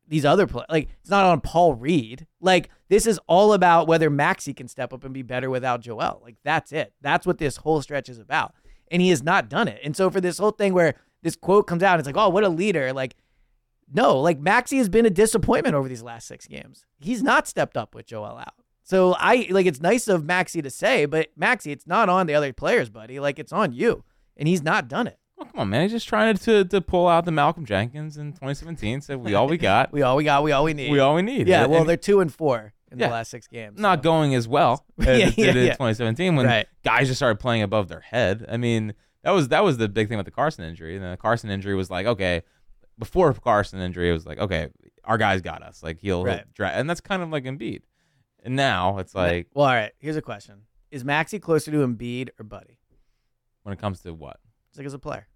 these other play like it's not on paul reed like this is all about whether maxi can step up and be better without joel like that's it that's what this whole stretch is about and he has not done it and so for this whole thing where this quote comes out and it's like oh what a leader like no, like Maxi has been a disappointment over these last six games. He's not stepped up with Joel out. So I like it's nice of Maxi to say, but Maxi, it's not on the other players, buddy. Like it's on you, and he's not done it. Oh come on, man! He's just trying to to pull out the Malcolm Jenkins in 2017. Said we all we got, We all we got, we all we need. we all we need. yeah. And- Well, they're two and four in Yeah. the last six games. not so. going as well as Yeah, it did yeah, in yeah. 2017 when Right. guys just started playing above their head. I mean, that was that was the big thing with the Carson injury. And then the Carson injury was like, okay, before Carson injury, it was like, okay, our guys got us. Like he'll, he'll Right. dra- and that's kind of like Embiid. And now it's like Well, all right. Here's a question: Is Maxi closer to Embiid or Buddy? when it comes to what? It's like as a player.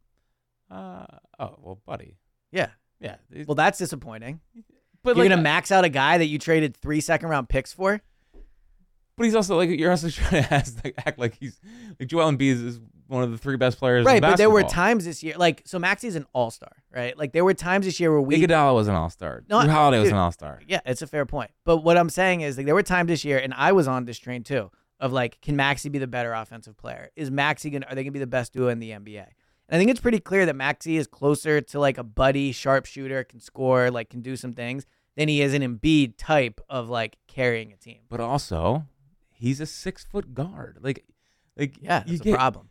Uh, oh well, buddy, Yeah. yeah. Well, that's disappointing. but You're like, uh, gonna max out a guy that you traded three second round picks for. but he's also like you're also trying to ask, like, act like he's like Joel Embiid is one of the three best players. Right, in but there were basketball. times this year, like so. Maxi's an all star, right? Like there were times this year where we, Iguodala was an all star. No, Drew Holiday was dude. an all star. yeah, it's a fair point. But what I'm saying is, like there were times this year, and I was on this train too, of like, can Maxi be the better offensive player? Is Maxi gonna? Are they gonna be the best duo in the NBA? And I think it's pretty clear that Maxi is closer to like a buddy sharpshooter, can score, like can do some things, than he is an Embiid type of like carrying a team. but also he's a six foot guard. Like, like Yeah, you that's a get- problem.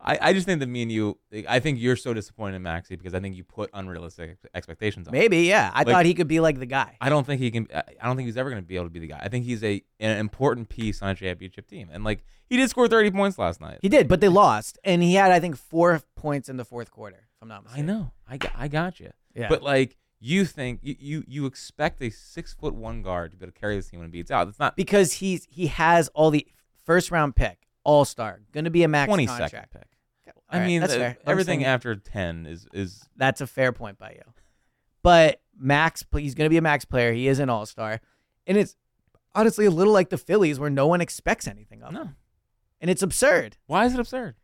I, I just think that me and you, I think you're so disappointed in Maxi because I think you put unrealistic ex- expectations on. him. Maybe, yeah. I Like- thought he could be like the guy. I don't think he can. I I don't think he's ever going to be able to be the guy. I think he's a an important piece on a championship team, and like he did score 30 points last night. He did, but they lost, and he had I think four points in the fourth quarter. If I'm not I mistaken. know. I got, I got you. Yeah. But like you think you you, you expect a six foot one guard to be able to carry this team when it beats out. It's not because he's he has all the first round pick, all star, going to be a max 20 second contract. pick. All I right, mean, that's the- fair. I'm everything saying- after 10 is is That's a fair point by you. But Max, pl- he's going to be a Max player. He is an all star. And it's honestly a little like the Phillies where no one expects anything of no. him. And it's absurd Why is it absurd?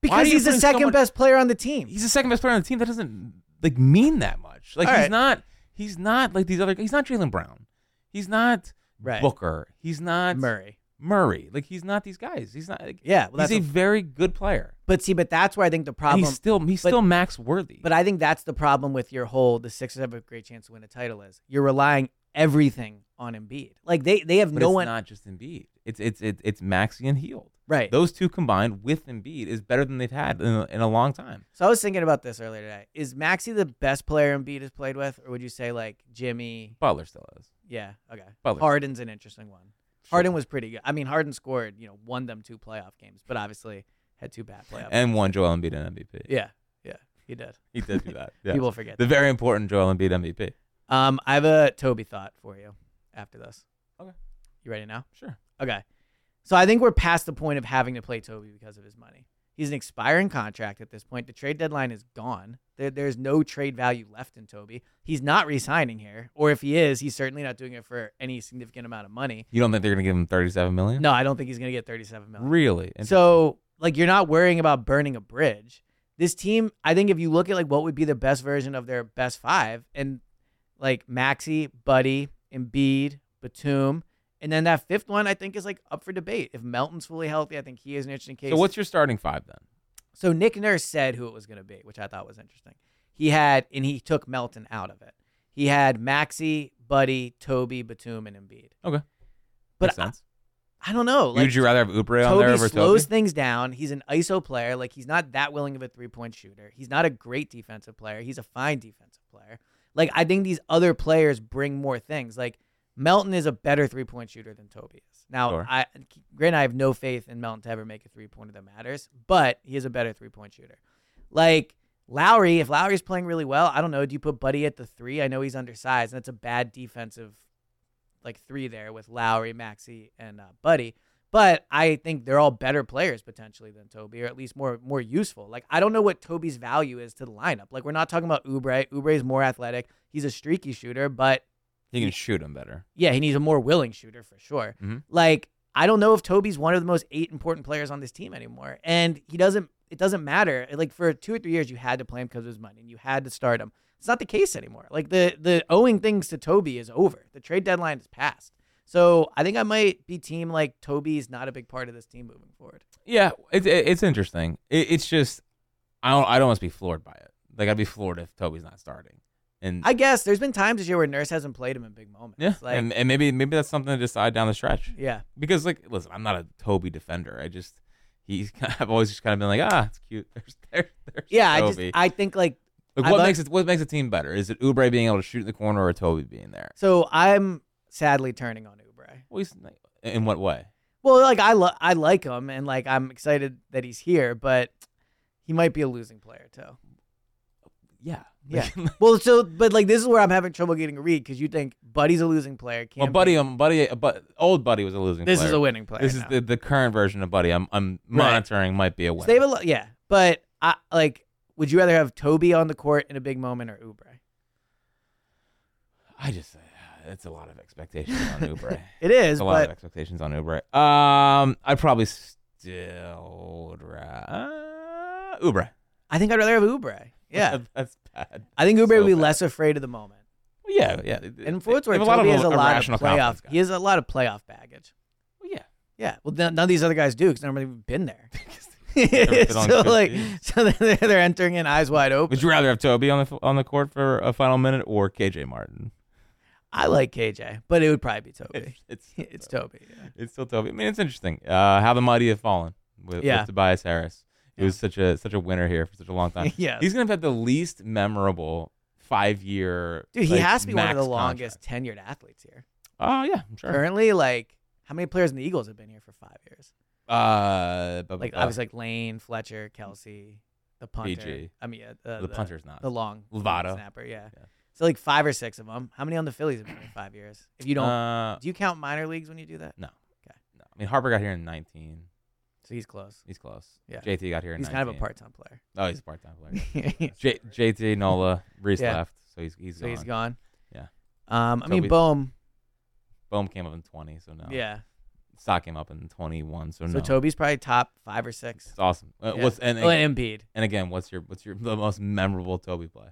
because do you he's the put in so second much- best player on the team. He's the second best player on the team. That doesn't like mean that much. Like All he's right. not he's not like these other. He's not Jalen Brown. He's not Right. Booker. He's not Murray. Murray. Like he's not these guys. He's not. Like, Yeah, well, he's a that's a- very good player. But see, but that's where I think the And problem he's still he's but- still max worthy. But I think that's the problem with your whole the Sixers have a great chance to win a title is you're relying everything on Embiid. Like they they have But no it's one not just Embiid. It's it's it's, it's Maxi and Heald. right. Those two combined with Embiid is better than they've had in a, in a long time. so I was thinking about this earlier today. Is Maxi the best player Embiid has played with, or would you say like Jimmy? Butler still is. Yeah, okay. Butler. Harden's an interesting one. Harden was pretty good. I mean, Harden scored, you know, won them two playoff games, but obviously had two bad playoff. And one Joel Embiid an MVP. yeah, yeah, he did. He did do that. Yeah. People forget. the very important Joel Embiid MVP. that. Um, I have a Toby thought for you after this. Okay. You ready now? Sure. Okay. So I think we're past the point of having to play Toby because of his money. He's an expiring contract at this point. The trade deadline is gone. There, there's no trade value left in Toby. He's not re signing here. Or if he is, he's certainly not doing it for any significant amount of money. You don't think they're gonna give him thirty-seven million? No, I don't think he's going to get 37 million. Really? So, like, you're not worrying about burning a bridge. This team, I think, if you look at like what would be the best version of their best five, and like Maxi, Buddy, Embiid, Batum, and then that fifth one, I think, is like up for debate. If Melton's fully healthy, I think he is an interesting case. so what's your starting five then? So Nick Nurse said who it was going to be, which I thought was interesting. He had, and he took Melton out of it. He had Maxi, Buddy, Toby, Batum, and Embiid. Okay. But Makes I- sense. I don't know. Like, Would you rather have Oubre on Toby there over slows Toby? things down. He's an ISO player. Like he's not that willing of a three point shooter. He's not a great defensive player. He's a fine defensive player. Like I think these other players bring more things. Like Melton is a better three point shooter than Toby is. Now, Sure. I granted I have no faith in Melton to ever make a three pointer that matters, but he is a better three point shooter. Like Lowry, if Lowry's playing really well, I don't know. Do you put Buddy at the three? I know he's undersized, and that's a bad defensive like three there with Lowry, Maxi, and uh, Buddy. But I think they're all better players potentially than Toby, or at least more more useful. Like I don't know what Toby's value is to the lineup. Like we're not talking about Ubre. Ubre is more athletic. He's a streaky shooter, but You can shoot him better. yeah, he needs a more willing shooter for sure. Mhm. Like I don't know if Toby's one of the most eight important players on this team anymore, and he doesn't. It doesn't matter. Like for two or three years, you had to play him because of his money, and you had to start him. It's not the case anymore. Like the the owing things to Toby is over. The trade deadline is passed. So I think I might be team like Toby's not a big part of this team moving forward. Yeah, it's it, it's interesting. It, it's just I don't I don't want to be floored by it. Like I'd be floored if Toby's not starting. And I guess there's been times this year where Nurse hasn't played him in big moments. Mm. yeah, Like and, and maybe maybe that's something to decide down the stretch. yeah. Because like, listen, I'm not a Toby defender. I just he's I've always just kind of been like, ah, it's cute. There's there, there's Yeah, Toby. I just I think like like, I what like- makes it what makes a team better? Is it Ubre being able to shoot in the corner or Toby being there? so I'm sadly turning on Ubre. Well, he's, in what way? Well, like I lo- I like him and like I'm excited that he's here, but he might be a losing player too. Yeah, Yeah. Like, well, so but like this is where I'm having trouble getting a read because you think Buddy's a losing player. well, Cam buddy, um, buddy, uh, but old buddy was a losing. this player. is a winning player. This is now. the, the current version of Buddy. I'm I'm Right. monitoring might be a So win. they have a lo- yeah, but I like. Would you rather have Toby on the court in a big moment or Ubre? I just uh, it's a lot of expectations on Ubre. It is, It's a lot but of expectations on Ubre. Um, I probably still would ra- uh, Ubre. I think I'd rather have Ubre. Yeah, that's bad. I think Ubre so would be bad. less afraid of the moment. Well, yeah, yeah. They- And they for what's worth, have a lot Toby of has a lot of irrational confidence, playoff. guys. He has a lot of playoff baggage. Well, yeah. Yeah. Well, none none of these other guys do because nobody's been there. Never been on so good like, teams. so they're, they're entering in eyes wide open. Would you rather have Toby on the f- on the court for a final minute or KJ Martin? I like KJ, but it would probably be Toby. It's it's Toby. yeah. it's still Toby. I mean, it's interesting. Uh, how the mighty have fallen. with, Yeah. with Tobias Harris. He was such a such a winner here for such a long time. Yes. he's gonna have the least memorable five year. Dude, he has to be one of the longest tenured athletes here. Oh yeah, I'm sure. Currently, like how many players in the Eagles have been here for five years? Uh, but, Like uh, I was like Lane, Fletcher, Kelsey, the punter. BG. I mean, uh, uh, the punter's not. the long Lovato. snapper. Yeah. Yeah. So like five or six of them. How many on the Phillies have been here five years? If you don't, Uh, do you count minor leagues when you do that? no. Okay. No. I mean, Harper got here in 19. So he's close. He's close. Yeah. JT got here in He's 19. kind of a part-time player. Oh, he's a part time player. J- JT Nola Reese Yeah. left, so he's he's so he's gone. gone. Yeah. Um, I So mean, we- Bohm. Bohm came up in 20, so no. Yeah. Stock came up in 21, so, So no. Toby's probably top five or six. it's awesome. Uh, Yeah. What's and, oh, and Embiid. and again, what's your what's your the most memorable Toby play?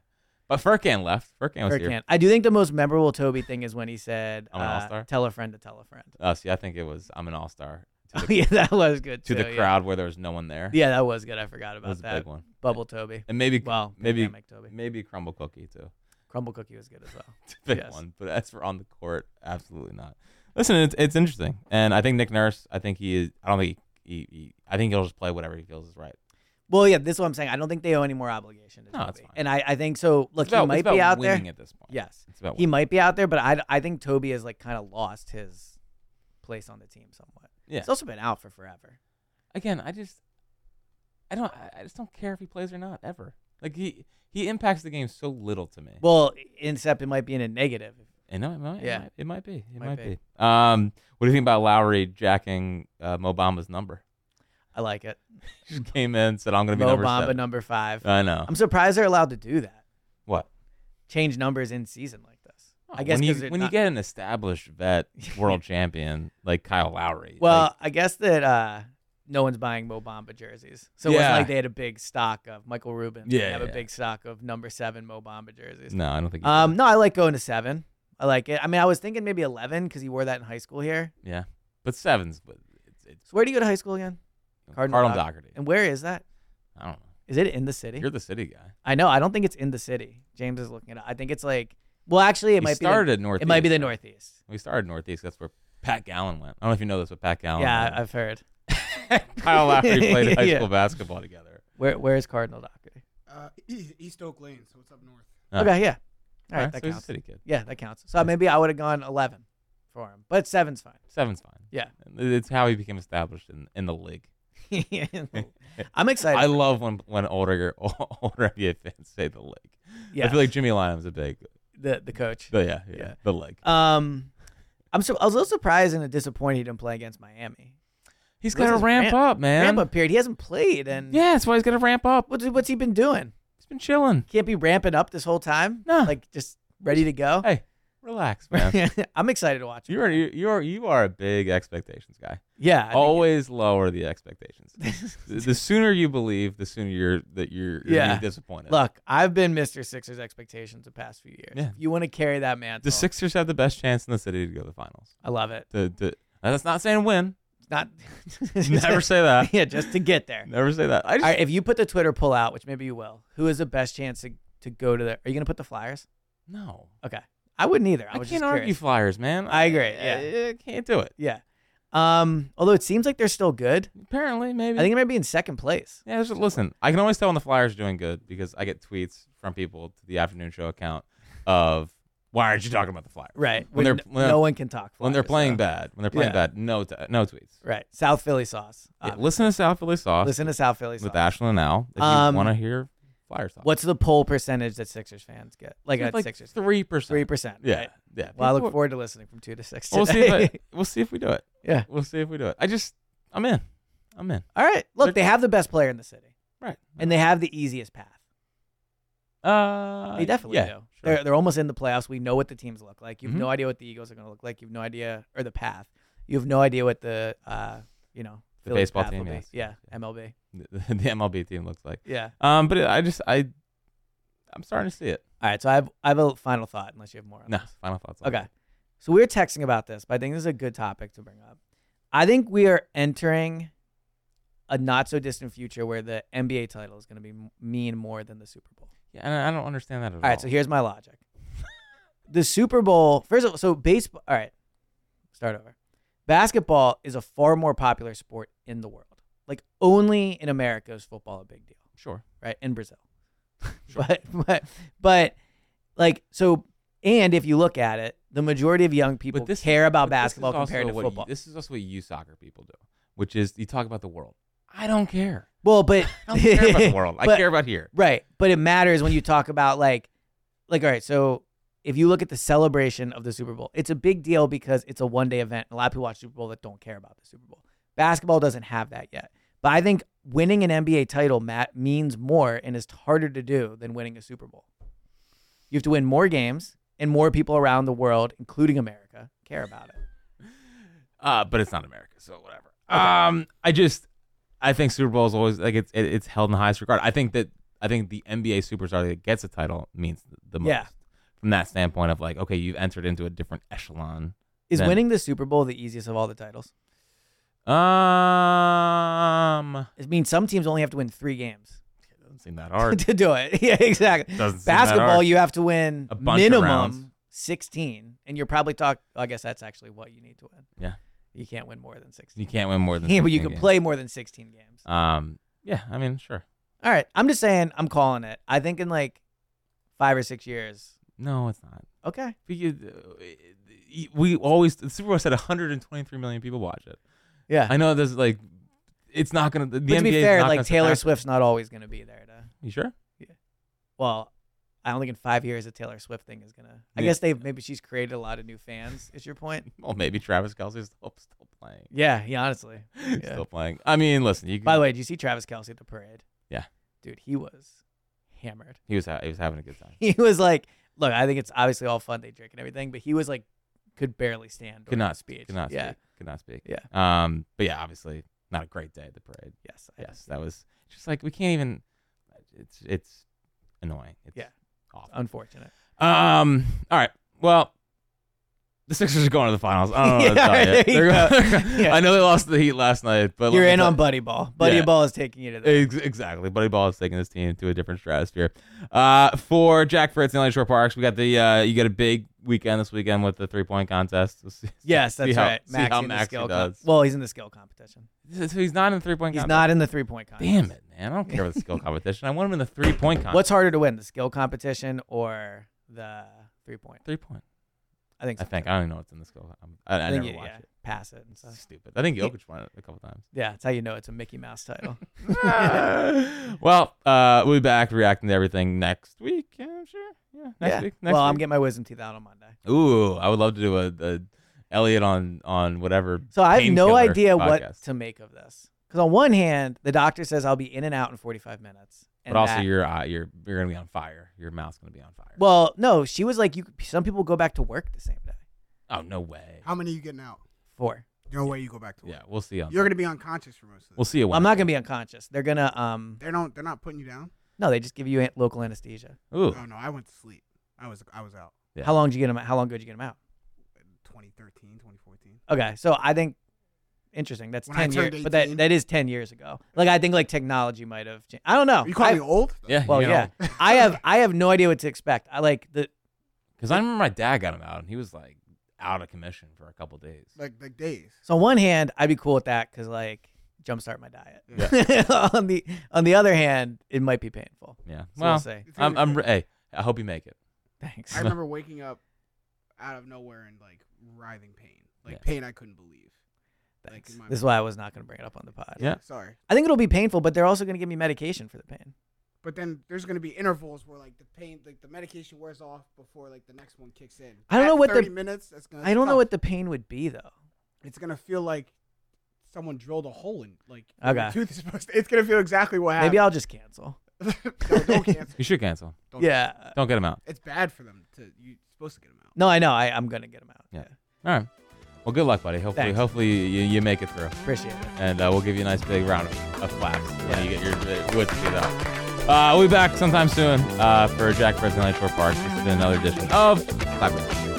But Furkan left. Furkan was here. Furkan. I do think the most memorable Toby thing is when he said, Oh, I'm an uh, all-star? "Tell a friend to tell a friend." Uh, see, I think it was I'm an all star Oh to, the, yeah, that was good to too, the yeah. crowd where there was no one there. Yeah, that was good. I forgot that about was that. a big one. Bubble Toby. And maybe Wow, maybe dynamic Toby. maybe crumble cookie too. Crumble Cookie was good as well. It's a big Yes. one. But as for on the court, absolutely not. Listen, it's, it's interesting, and I think Nick Nurse. I think he is. I don't think he, he, he. I think he'll just play whatever he feels is right. Well, yeah, this is what I'm saying. I don't think they owe any more obligation to No, Toby. that's fine. And I, I think so. Look, It's about- he might it's about be out there. winning at this point. Yes, It's about he might be out there, but I, I think Toby has like kind of lost his place on the team somewhat. Yeah. He's also been out for forever. Again, I just I don't I I just don't care if he plays or not ever. Like he he impacts the game so little to me. Well, except it might be in a negative. and no, it might, yeah. it might it might be. It Might might, be. be. Um what do you think about Lowry jacking uh, Mobama's number? I like it. He just came in said I'm going to be Mo number Bamba 7. number five. I know. I'm surprised they're allowed to do that. what? Change numbers in season like this. I Oh, guess when you 'cause they're when not- you get an established vet world champion like Kyle Lowry. well, like, I guess that uh, no one's buying Mo Bamba jerseys, so it wasn't Yeah. like they had a big stock of Michael Rubin. Yeah, they have a yeah. big stock of number seven Mo Bamba jerseys. no, I don't think. he Um, did. no, I like going to seven. I like it. I mean, I was thinking maybe eleven because he wore that in high school here. yeah, but sevens. But it's, it's So where do you go to high school again? Cardinal, Doc- Doherty. And where is that? I don't know. Is it in the city? You're the city guy. I know. I don't think it's in the city. James is looking it up. I think it's like. Well, actually, it We might started be. at The, Northeast. it might be the though. northeast. We started Northeast. That's where Pat Gallen went. I don't know if you know this, but Pat Gallen. yeah, and I- I've heard. Kyle Lowry played high Yeah. school basketball together. Where Where is Cardinal Doherty? Uh, e- East Oak Lane, so it's up north. Uh, okay, yeah. All right, Alright, that so he's a counts. city kid. Yeah, that counts. So maybe I would have gone eleven for him, but seven's fine. Seven's fine. Yeah. it's how he became established in, in the league. I'm excited. I for- love when when older older NBA fans say the league. yeah, I feel like Jimmy Lyon's a big. the the coach. But yeah, yeah, Yeah. the league. Um, I'm so I was a little surprised and disappointed he didn't play against Miami. He's what's got to his ramp, ramp- up, man. Ramp up period. He hasn't played, and Yeah, that's why he's got to ramp up. what's what's he been doing? He's been chilling. Can't be ramping up this whole time. No. like just ready to go. Hey, relax, man. I'm excited to watch. Him. You're you- you're you are a big expectations guy. Yeah, I think- Always lower the expectations. the the sooner you believe, the sooner you're that you're, you're gonna Yeah. be disappointed. Look, I've been Mr. Sixers expectations the past few years. Yeah. If you want to carry that mantle, the Sixers have the best chance in the city to go to the finals. I love it. The, the, now, that's not saying win. It's not Never say that. yeah, just to get there. Never say that. I just, All right, if you put the Twitter poll out, which maybe you will, who is the best chance to, to go to the? Are you gonna put the Flyers? no. Okay, I wouldn't either. I, I, was can't just argue curious. Flyers, man. I agree, I, I can't do it. Yeah. Um. Although it seems like they're still good. Apparently, maybe. I think it might be in second place. Yeah, just listen. I can always tell when the Flyers are doing good because I get tweets from people to the afternoon show account of why aren't you talking about the Flyers? Right. When When they're n- when, no one can talk. when they're Flyers, playing though. bad, when they're playing Yeah. bad, no t- no tweets. Right. South Philly sauce. Yeah, Um, listen to South Philly Sauce listen to South Philly sauce. with Ashlyn and Al if Um, you want to hear Flyers talk. What's the poll percentage that Sixers fans get? Like at It's like Sixers. three percent? Three percent. Yeah, Right? yeah. Well, I People- look forward to listening from two to six. We'll see. today. If I, we'll see if we do it. yeah. We'll see if we do it. I just, I'm in. I'm in. All right. Look, They're- they have the best player in the city, Right. and they have the easiest path. uh, They definitely yeah, do. sure. They're they're almost in the playoffs. We know what the teams look like. You have Mhm. no idea what the Eagles are going to look like. You have no idea or the path. You have no idea what the uh you know The Phillies baseball path team, will be. yes. Yeah, MLB. the, the MLB team looks like. Yeah. Um, but I just, I, I'm starting to see it. All right. So I have I have a final thought. Unless you have more. On No, this. final thoughts. on Okay. it. So we were texting about this, but I think this is a good topic to bring up. I think we are entering a not so distant future where the NBA title is going to be m- mean more than the Super Bowl. Yeah, and I I don't understand that at all. All right, so here's my logic. the Super Bowl, first of all, so baseball, all right, start over. Basketball is a far more popular sport in the world. Like only in America is football a big deal, Sure. right? In Brazil, but but but like so. And if you look at it, the majority of young people care about but this is basketball compared also to what you- football. this is also what you soccer people do, which is you talk about the world. I don't care. well, but I don't care about the world. I but- care about here. Right. But it matters when you talk about like like all right, so if you look at the celebration of the Super Bowl, it's a big deal because it's a one day event. A lot of people watch Super Bowl that don't care about the Super Bowl. Basketball doesn't have that yet. But I think winning an NBA title, Matt, means more and is harder to do than winning a Super Bowl. You have to win more games and more people around the world, including America, care about it. Uh, but it's not America, so whatever. Um, I just, I think Super Bowl is always like it's it, it's held in the highest regard. I think that I think the NBA superstar that gets a title means the most. Yeah. From that standpoint of like, okay, you've entered into a different echelon. Is Then- winning the Super Bowl the easiest of all the titles? Um, It means some teams only have to win three games. doesn't seem that hard. to do it. Yeah, exactly. Doesn't seem that Basketball, hard. you have to win A bunch of minimum rounds. 16, and you're probably talking. I guess that's actually what you need to win. Yeah. You can't win more than 16. you can't win more than. Yeah, but you 16 can games. play more than 16 games. Um, yeah, I mean, sure. All right. I'm just saying, I'm calling it. I think in like five or six years. No, it's not. Okay. But you, uh, we always the Super Bowl said 123 million people watch it. Yeah. I know there's like, it's not gonna. The but to NBA be is fair, not like gonna Taylor surpass- Swift's not always going to be there. To, You sure? well, I don't think in five years a Taylor Swift thing is going to. I Yeah. guess they maybe she's created a lot of new fans, is your point? Well, maybe Travis Kelsey's still, still playing. Yeah. Yeah, honestly. Yeah. Still playing. I mean, listen, you. By the way, did you see Travis Kelsey at the parade? Yeah. Dude, he was hammered. he was ha- he was having a good time. He was like, look, I think it's obviously all fun. They drink and everything, but he was like, could barely stand. Could during the not speech. speak. Could not yeah. speak. Could not speak. Yeah. Um. But yeah, obviously not a great day at the parade. Yes. I Yes, that was just like we can't even. It's it's annoying. It's Yeah. Awful. Unfortunate. Um. All right. Well, the Sixers are going to the finals. I don't know. Yeah, what to tell there you. you They're go. going- Yeah. I know they lost to the Heat last night, but let You're me in tell- on Buddy Ball. Buddy Yeah. Ball is taking you to the. Ex- exactly. Buddy Ball is taking this team to a different stratosphere. Uh, for Jack Fritz and LA Shore Parks, we got the uh, you got a big weekend this weekend with the three point contest. We'll see- Yes, that's see how, right. See how in the Maxey skill com- does. well, he's in the skill competition. so he's not in the three point. He's contest. not in the three point contest. Damn it, man! I don't care about the skill competition. I want him in the three point contest. What's harder to win, the skill competition or the three point? three point? I think. I So. think I don't even know what's in the skill. com- I, I, think never you- watch yeah, it. Pass it and It's stuff. stupid. I think Jokic won it a couple times. Yeah, that's how you know it's a Mickey Mouse title. well, uh, we'll be back reacting to everything next week. Yeah, I'm sure. Yeah, next yeah. week. Next well, I'm week. getting my wisdom teeth out on Monday. Ooh, I would love to do a, a Elliot on on whatever. So I have no painkiller idea what podcast. to make of this. Because on one hand, the doctor says I'll be in and out in 45 minutes. And But also, that- you're uh, you're you're gonna be on fire. Your mouth's gonna be on fire. Well, no, she was like, you. Some people go back to work the same day. oh no way. How many are you getting out? Four. No way you go back to work. Yeah, we'll see. On You're gonna be unconscious for most of this. we'll see you. Well, I'm not gonna be unconscious. They're gonna um. they don't. They're not putting you down. No, they just give you an- local anesthesia. Ooh, Oh no, I went to sleep. I was I was out. Yeah. How long did you get them? How long ago did you get them out? 2013, 2014. Okay, so I think interesting. That's When I ten turned years, but that 18. that is ten years ago. Like I think like technology might have. changed. I don't know. Are you calling Oh, I- me old? yeah. Well, yeah. I have I have no idea what to expect. I like the Because I remember my dad got him out, and he was like out of commission for a couple days. Like like days. So on one hand, I'd be cool with that because like jumpstart my diet. on the on the other hand, it might be painful. Yeah. So we'll well, see. I'm I'm re- hey. I hope you make it. Thanks. I remember waking up out of nowhere in like writhing pain, like Yeah. pain I couldn't believe. Thanks. in my This is why I was not going to bring it up on the pod. Yeah. Sorry, I think it'll be painful, but they're also going to give me medication for the pain. but then there's gonna be intervals where like the pain, like the medication wears off before like the next one kicks in. I don't know At what the- 30 minutes. That's gonna. I don't know suck. what the pain would be though. It's gonna feel like someone drilled a hole in like. Okay. Your tooth is supposed. To, it's gonna feel exactly what happened. Maybe I'll just cancel. no, don't cancel. You should cancel. Don't- Yeah. Don't get him out. It's bad for them to. You're supposed to get them out. No, I know. I, I'm going to get them out. Yeah. All right. Well, good luck, buddy. Hopefully, Thanks. hopefully you, you make it through, Appreciate it. and uh, we'll give you a nice big round of, of claps when you get your uh, wits get up. Uh, we'll be back sometime soon uh, for Jack Fritz and Light Shore Park. This has been another edition of Clap. Your Hands.